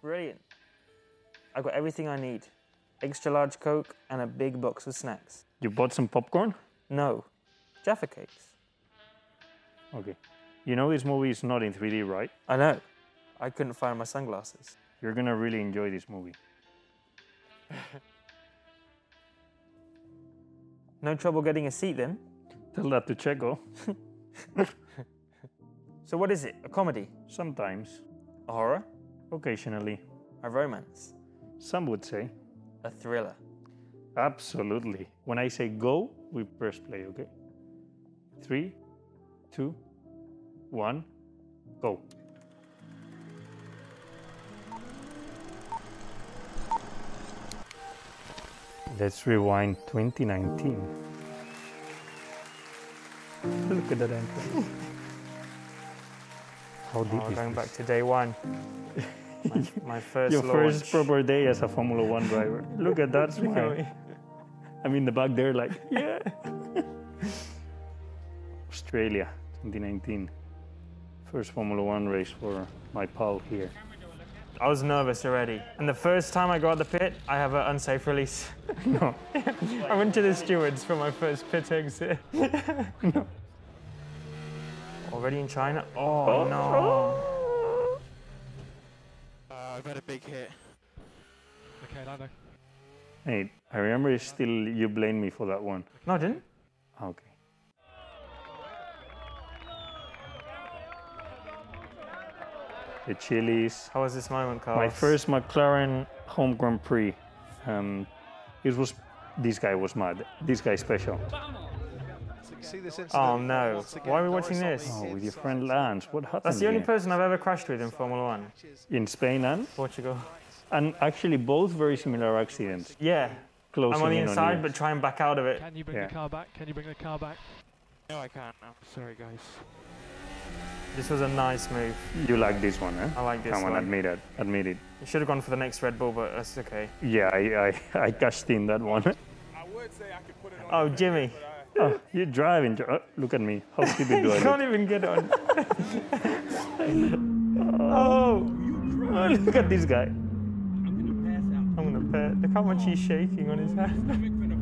Brilliant. I've got everything I need extra large Coke and a big box of snacks. You bought some popcorn? No, Jaffa cakes. Okay. You know this movie is not in 3D, right? I know. I couldn't find my sunglasses. You're gonna really enjoy this movie. No trouble getting a seat then. Tell that to Checo. So, what is it? A comedy? Sometimes, A horror? occasionally, A romance? some would say. A thriller? Absolutely. When I say go, we press play, okay? Three, two, one, go. Let's rewind 2019. Look at that entrance. How deep Oh, is going this? back to day one. My, my first Your launch. first proper day as a Formula One driver. Look at that Look at smile. me. I'm in the back there, like, yeah. Australia 2019. First Formula One race for my pal here. I was nervous already. And the first time I go out the pit, I have an unsafe release. No, I went to the stewards for my first pit exit. Already in China? Oh, no. Oh. Uh, I've had a big hit. Okay, Lando. hey, I remember still you blamed me for that one. Ah, No, I didn't. Okay. The Chilis, How was this moment, Carl? My first McLaren home Grand Prix. Um, it was this guy was mad. This guy special. So you see this incident Oh, no. once again, Why are we Norris watching on the this? Oh, with your inside. friend Lance. What happened? That's the only here? person I've ever crashed with in Formula One. in Spain and Portugal. and actually both very similar accidents. Yeah. Closing I'm on the in inside, you. but try and back out of it. Can you bring Yeah. the car back? Can you bring the car back? No, I can't. I'm sorry, guys. This was a nice move. you like this one, eh? I like this Come on, one. admit it. Admit it. You should have gone for the next Red Bull, but that's okay. Yeah, I I, I cashed in that one. I would say I could put it on. Oh, Jimmy. oh, you driving? dri- oh, look at me. How stupid You do I can't look? even get on. oh, Oh, look at this guy. I'm gonna bet. Look how much he's shaking on his hand.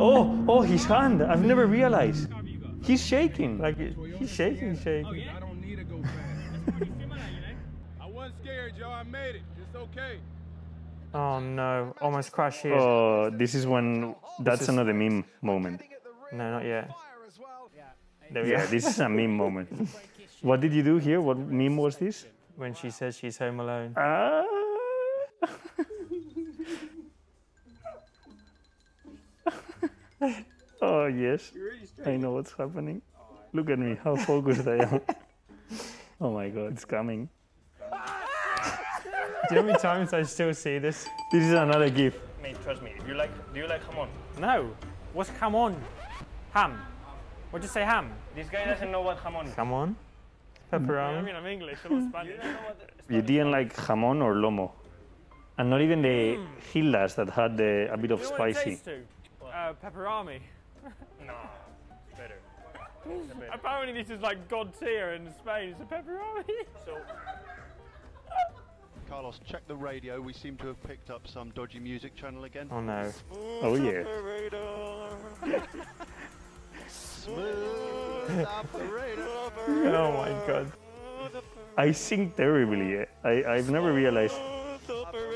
Oh, oh, his hand. I've never realized. He's shaking. Like he's shaking, Oh, shaking. I don't need to go fast. I wasn't scared, y'all. I made it. It's okay. Oh no, almost crash here. Oh, this is when that's another meme moment. No, not yet. Fire as well. There we Yeah, go. this is a meme moment. What did you do here? What meme was this? When she says she's home alone. Ah. oh yes, I know what's happening. Look at me, how focused I am. Oh my god, it's coming. Do you know how many times I still see this? This is another gift. Mate, trust me. If you like, do you like hamon? No. What's come on? Ham. What'd you say, ham? This guy doesn't know what hamon is. Come on. Pepperoni. I'm English. I'm Spanish. You didn't like jamón or lomo, and not even the hildas that had the, a bit of spicy. Uh, pepperami. Better. Apparently, this is like God tier in Spain. It's a pepperami. Carlos, check the radio. We seem to have picked up some dodgy music channel again. Oh no. Oh yeah. Smooth operator. Oh my god. I sing terribly. eh? I, I've never realized. Yeah,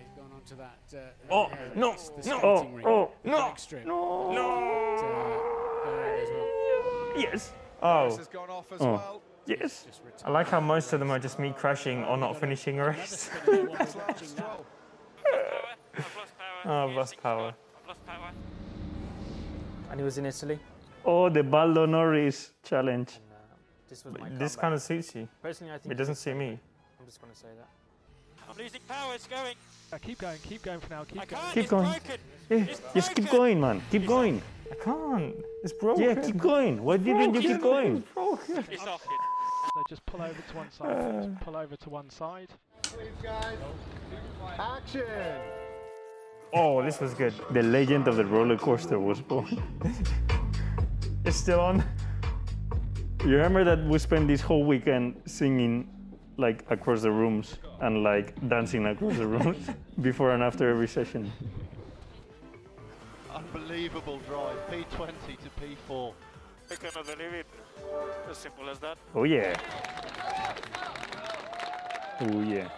he's gone on to that. Uh, Oh, area. no, It's the no, skating rink, oh, the no, next strip. No. Uh, area as well. Yes, Oh, It's gone off as Oh. well. yes. Just I retire. like how most of them are just me crashing or not finishing a Another race. spinner while we're watching that. Oh, I've lost power. And he was in Italy. Oh, the Baldo Norris challenge. This was my This kind of suits you. personally I think It doesn't suit me. I'm just going to say that. I'm losing power, it's going. Yeah, keep going, keep going for now. Keep I going. can't, Keep it's going. broken. Yeah, Yes, keep going, man. Keep going. I can't. It's broken. Yeah, keep going. Why didn't you keep going? It's off. So just pull over to one side. Just pull over to one side. Please, guys. Action. Oh, this was good. The legend of the roller coaster was born. It's still on. You remember that we spent this whole weekend singing like across the rooms and like dancing across the rooms before and after every session. Unbelievable drive, P20 to P4. I cannot believe it. As simple as that. Oh yeah. Oh yeah.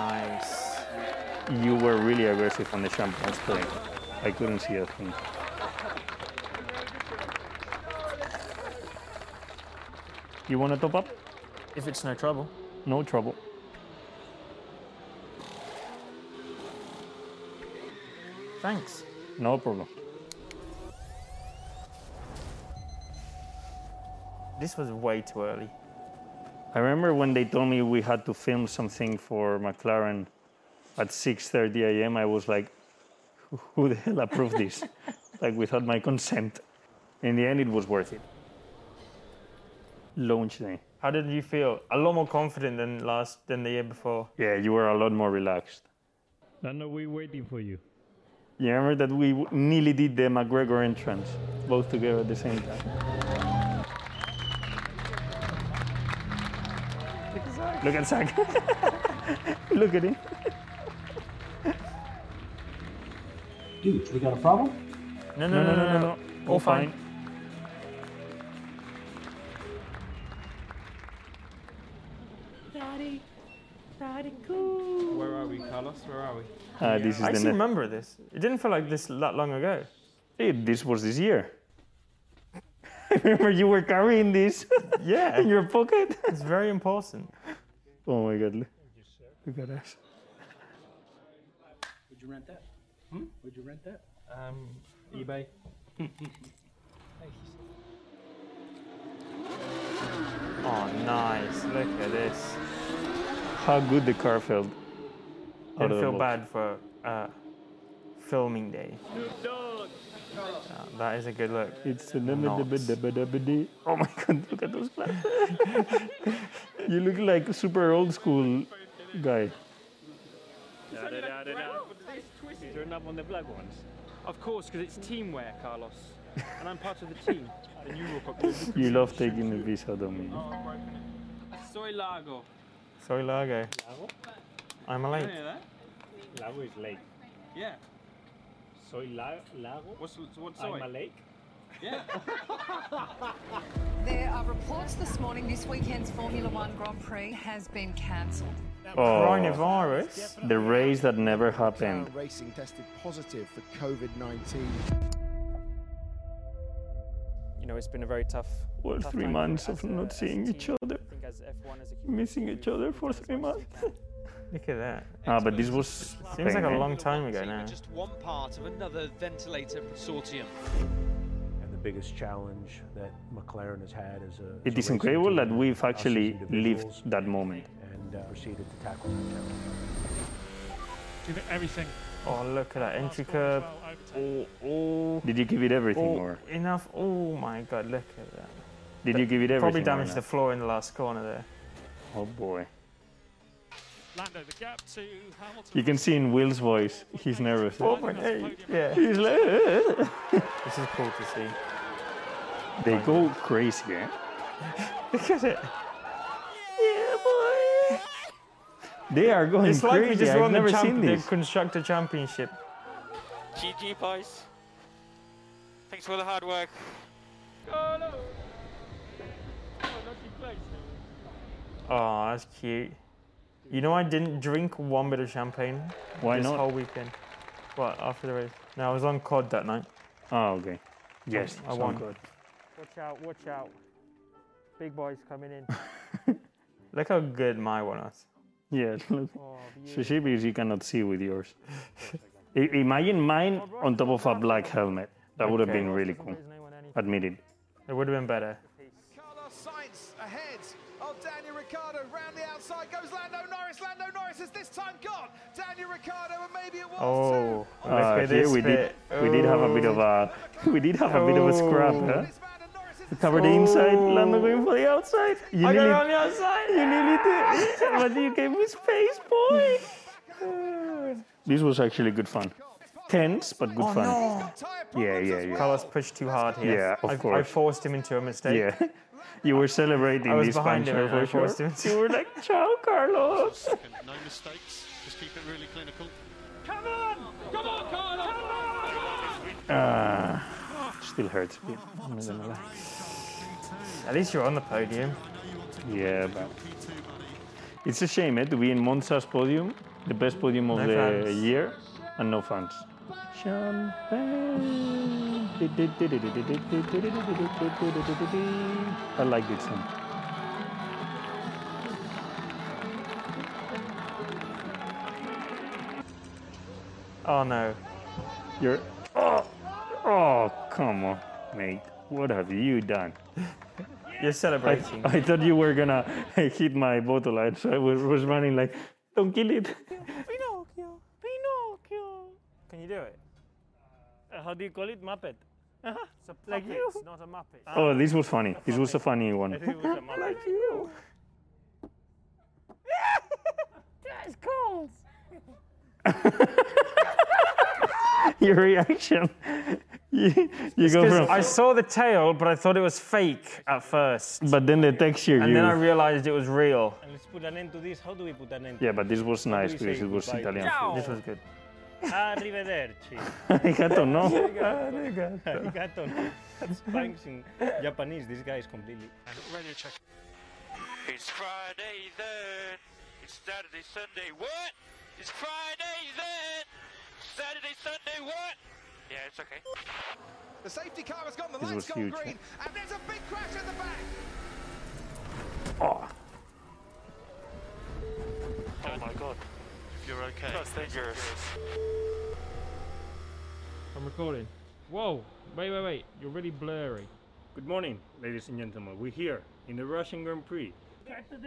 Nice. You were really aggressive on the champagne spray. I couldn't see a thing. You want to top up? If it's no trouble. No trouble. Thanks. No problem. This was way too early. I remember when they told me we had to film something for McLaren at 6:30 a.m. I was like, "Who the hell approved this?" like without my consent. In the end, it was worth it. Launch day. How did you feel? A lot more confident than last than the year before. Yeah, you were a lot more relaxed. Lando, we're waiting for you. You remember that we w- nearly did the McGregor entrance, both together at the same time. Look at Zach. Look at him. Dude, we got a problem? No, no, no, no, no. All, fine. Where are we, Carlos? Where are we? Uh, this is I the actually net. remember this. It didn't feel like this that long ago. Hey, this was this year. I remember you were carrying this Yeah, in your pocket. it's very important. oh my god. look- Look at us. Would you rent that? Hmm? Would you rent that? Um, eBay. Oh, nice. Look at this. How good the car felt. out of Didn't the feel box. bad for uh, filming day. Uh, that is a good look. It's a nubbidibidibidibidi. Oh my god, look at those glasses. you look like a super old school guy. You turned up on the black ones. Of course, because it's teamwear, Carlos. And I'm part of the team. and you will probably. You love taking the piss out of me. Soy Lago. Soy Largo. I'm a late. You know that? Lago is lake. Yeah. Soy la- lago. What's, what's soy? I'm a lake. There are reports this morning this weekend's Formula One Grand Prix has been cancelled. Oh, Coronavirus. the race that never happened. Racing tested positive for COVID-19. You know, it's been a very tough. Well, tough three time for months us of as a- not as a seeing each team. other. I think as F1 as a Missing community, each other we've for done as three much as we months. can. Look at that. Ah, but this was. Seems like a Spain, eh? long time ago now. Just one part of another ventilator consortium. And the biggest challenge that McLaren has had is a. It is incredible that we've actually lived that moment. And uh, proceeded to tackle that challenge. Give it everything. Oh, look at that entry curb. Oh, oh, Did you give it everything, oh or enough. Oh my God, look at that. did you give it everything? Probably or damaged the not? floor in the last corner there. Oh boy. Lando, the gap to Hamilton. You can see in Will's voice, he's nervous. Four point eight. Yeah. Oh He's like, "Ugh." This is cool to see. They go crazy, eh? Look at it. Yeah, boy. They are going It's crazy. like we just I've won the, never champ- seen the this. constructor championship. GG, boys. Thanks for all the hard work. Oh no! Oh, lucky place. Oh, that's cute. You know, I didn't drink one bit of champagne Why this not? whole weekend. What after the race? No, I was on COD that night. Oh, okay. Yes, I so won. good. Watch out! Watch out! Big boys coming in. Look how good my one was. Yeah, look. Oh, beautiful. Especially because you cannot see with yours. I- Imagine mine on top of a black helmet. That would have Okay. been really cool. Admitted. It would have been better. Carlos Sainz ahead of Daniel Ricciardo. Round the outside goes Lando Norris. Lando Norris is this time gone. Daniel Ricciardo, and maybe it was Oh, look Uh, at here this we did. bit. We did have a bit of a. We did have a bit of a scrap, Oh. huh? This man and Norris is the Cover the inside, Lando Oh. going for the outside. You I got it nearly, on the outside. you nearly did, but you gave me space, boy. this was actually good fun. second. tense but good Oh, fun. no. Yeah, yeah, yeah. Carlos pushed too hard here. Yeah, of I, I course. forced him into a mistake. Yeah, you were celebrating I was this behind him and puncher I for sure. forced him to- You were like, "Ciao, Carlos." No mistakes. Just keep it really clinical. Come on! Come on, Carlos! Come on! Ah, still hurts. a bit, I'm not gonna lie. At least you're on the podium. Yeah, but it's a shame eh, to be in Monza's podium, the best podium of No the fans. year, and no fans. Champagne. I like this song. Oh no. You're. Oh, oh, come on, mate. What have you done? You're I, celebrating. I thought you were gonna hit my bottle, and so I was, was running like, don't kill it. Pinocchio! Pinocchio! Can you do it? Uh, how do you call it? Muppet. It's a puppet, Like you. not a muppet. Oh, this was funny. This was a funny I one. think it was a Muppet. like you. That's cold! Your reaction. You, you go from. I saw the tail, but I thought it was fake at first. But then the texture And you. then I realized it was real. And let's put an end to this. How do we put an end? yeah, but this was nice we because say it was goodbye? Italian. Ciao. This was good. Arrivederci. I don't know. Arigato. That's Spanx in Japanese. This guy is completely. Radio check. It's Friday then. It's Saturday, Sunday. What? It's Friday then. Saturday, Sunday. What? Yeah, it's okay. The safety car has gone, the This lights was gone huge. green, and there's a big crash at the back. Oh, Oh my god. If you're okay. That's dangerous. I'm recording. Whoa! Wait, wait, wait. You're really blurry. good morning, ladies and gentlemen. We're here in the Russian Grand Prix. Get Ah. this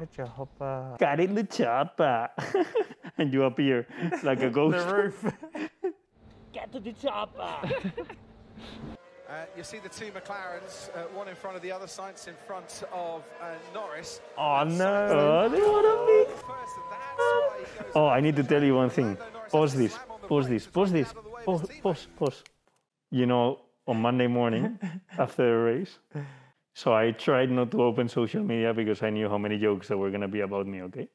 with your hopper. Got in the chopper, and you appear like a ghost. The roof. Get to the chopper! Uh, you see the two McLarens, uh, one in front of the other, Sainz in front of uh, Norris. Oh no. Oh, they want a big. First, and that's why he goes Oh, I need to tell you one thing. Pause this. Pause this. Pause this. Pause. Pause. Pause. You know, on Monday morning after the race, so I tried not to open social media because I knew how many jokes that were gonna be about me. Okay,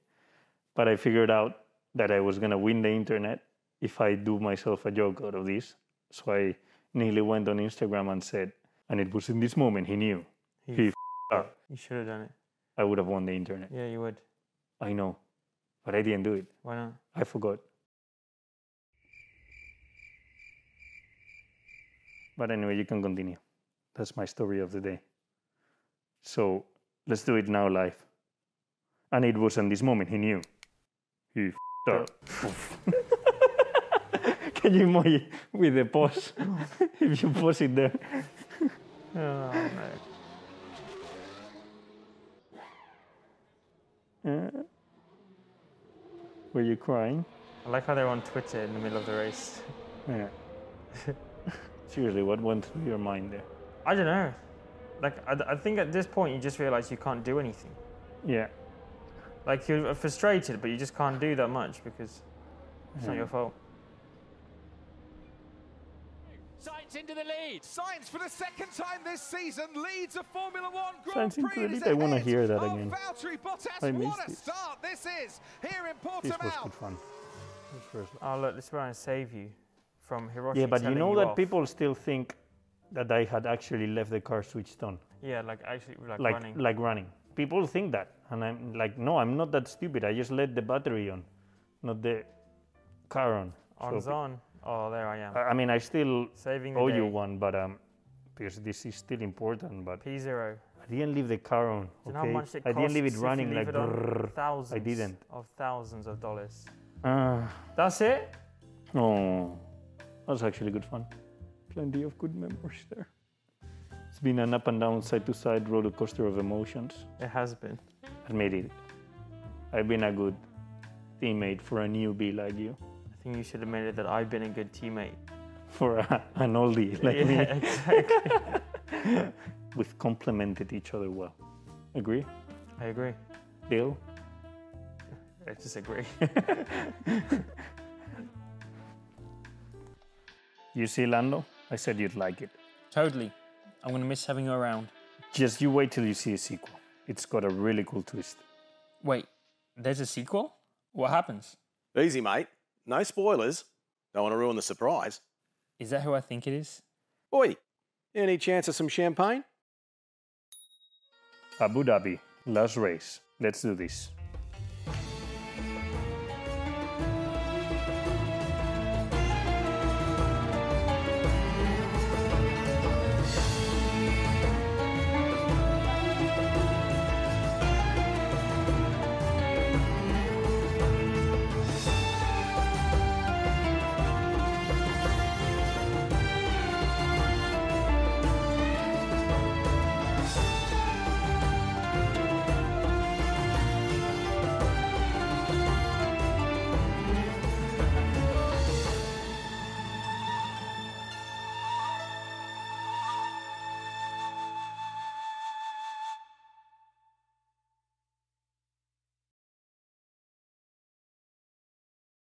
but I figured out that I was gonna win the internet if I do myself a joke out of this. So I nearly went on Instagram and said, and it was in this moment he knew he f- up. You should have done it. I would have won the internet. Yeah, you would. I know, but I didn't do it. Why not? I forgot. But anyway, you can continue. That's my story of the day. So let's do it now live. And it was in this moment he knew. He f***ed up. can you imagine with the pause? if you pause it there. Oh no. Were you crying? I like how they're on Twitter in the middle of the race. Yeah. Seriously, what went through your mind there? I don't know. Like, I, I think at this point you just realize you can't do anything. Yeah. Like, you're frustrated, but you just can't do that much because it's not your fault. Sights into the lead. Sainz for the second time this season leads a Formula One Grand Sainz in Prix. and is credit, I wanna ahead hear that of again. Valtteri Bottas. I what missed a it. start this is here in This was Portimao. good fun. This was- Oh, look, this is where I save you from Hiroshi. Yeah, but you telling know that off. people still think that I had actually left the car switched on, Yeah, like actually, like, like running. like running. People think that, and I'm like, no, I'm not that stupid. I just let the battery on, not the car on. On's So, on. Oh, there I am. I I mean, I still Saving the owe you day. Uh, one, but um, because this is still important. But P0. I didn't leave the car on. Do you know okay, how much it I didn't leave costs it if you running leave like. it on? brrrr. thousands. I didn't. Of thousands of dollars. Ah, That's it. oh, that was actually good fun. Plenty of good memories there. It's been an up and down, side to side roller coaster of emotions. It has been. admit it. I've been a good teammate for a newbie like you, I think you should admit it that I've been a good teammate. for a, an oldie like yeah, me. exactly. We've complemented each other well. Agree? I agree. Deal? I disagree. You see, Lando, I said you'd like it. Totally. I'm going to miss having you around. Just you wait till you see a sequel. It's got a really cool twist. Wait, there's a sequel? What happens? Easy, mate. No spoilers. Don't want to ruin the surprise. Is that who I think it is? Oi, any chance of some champagne? Abu Dhabi, last race. Let's do this.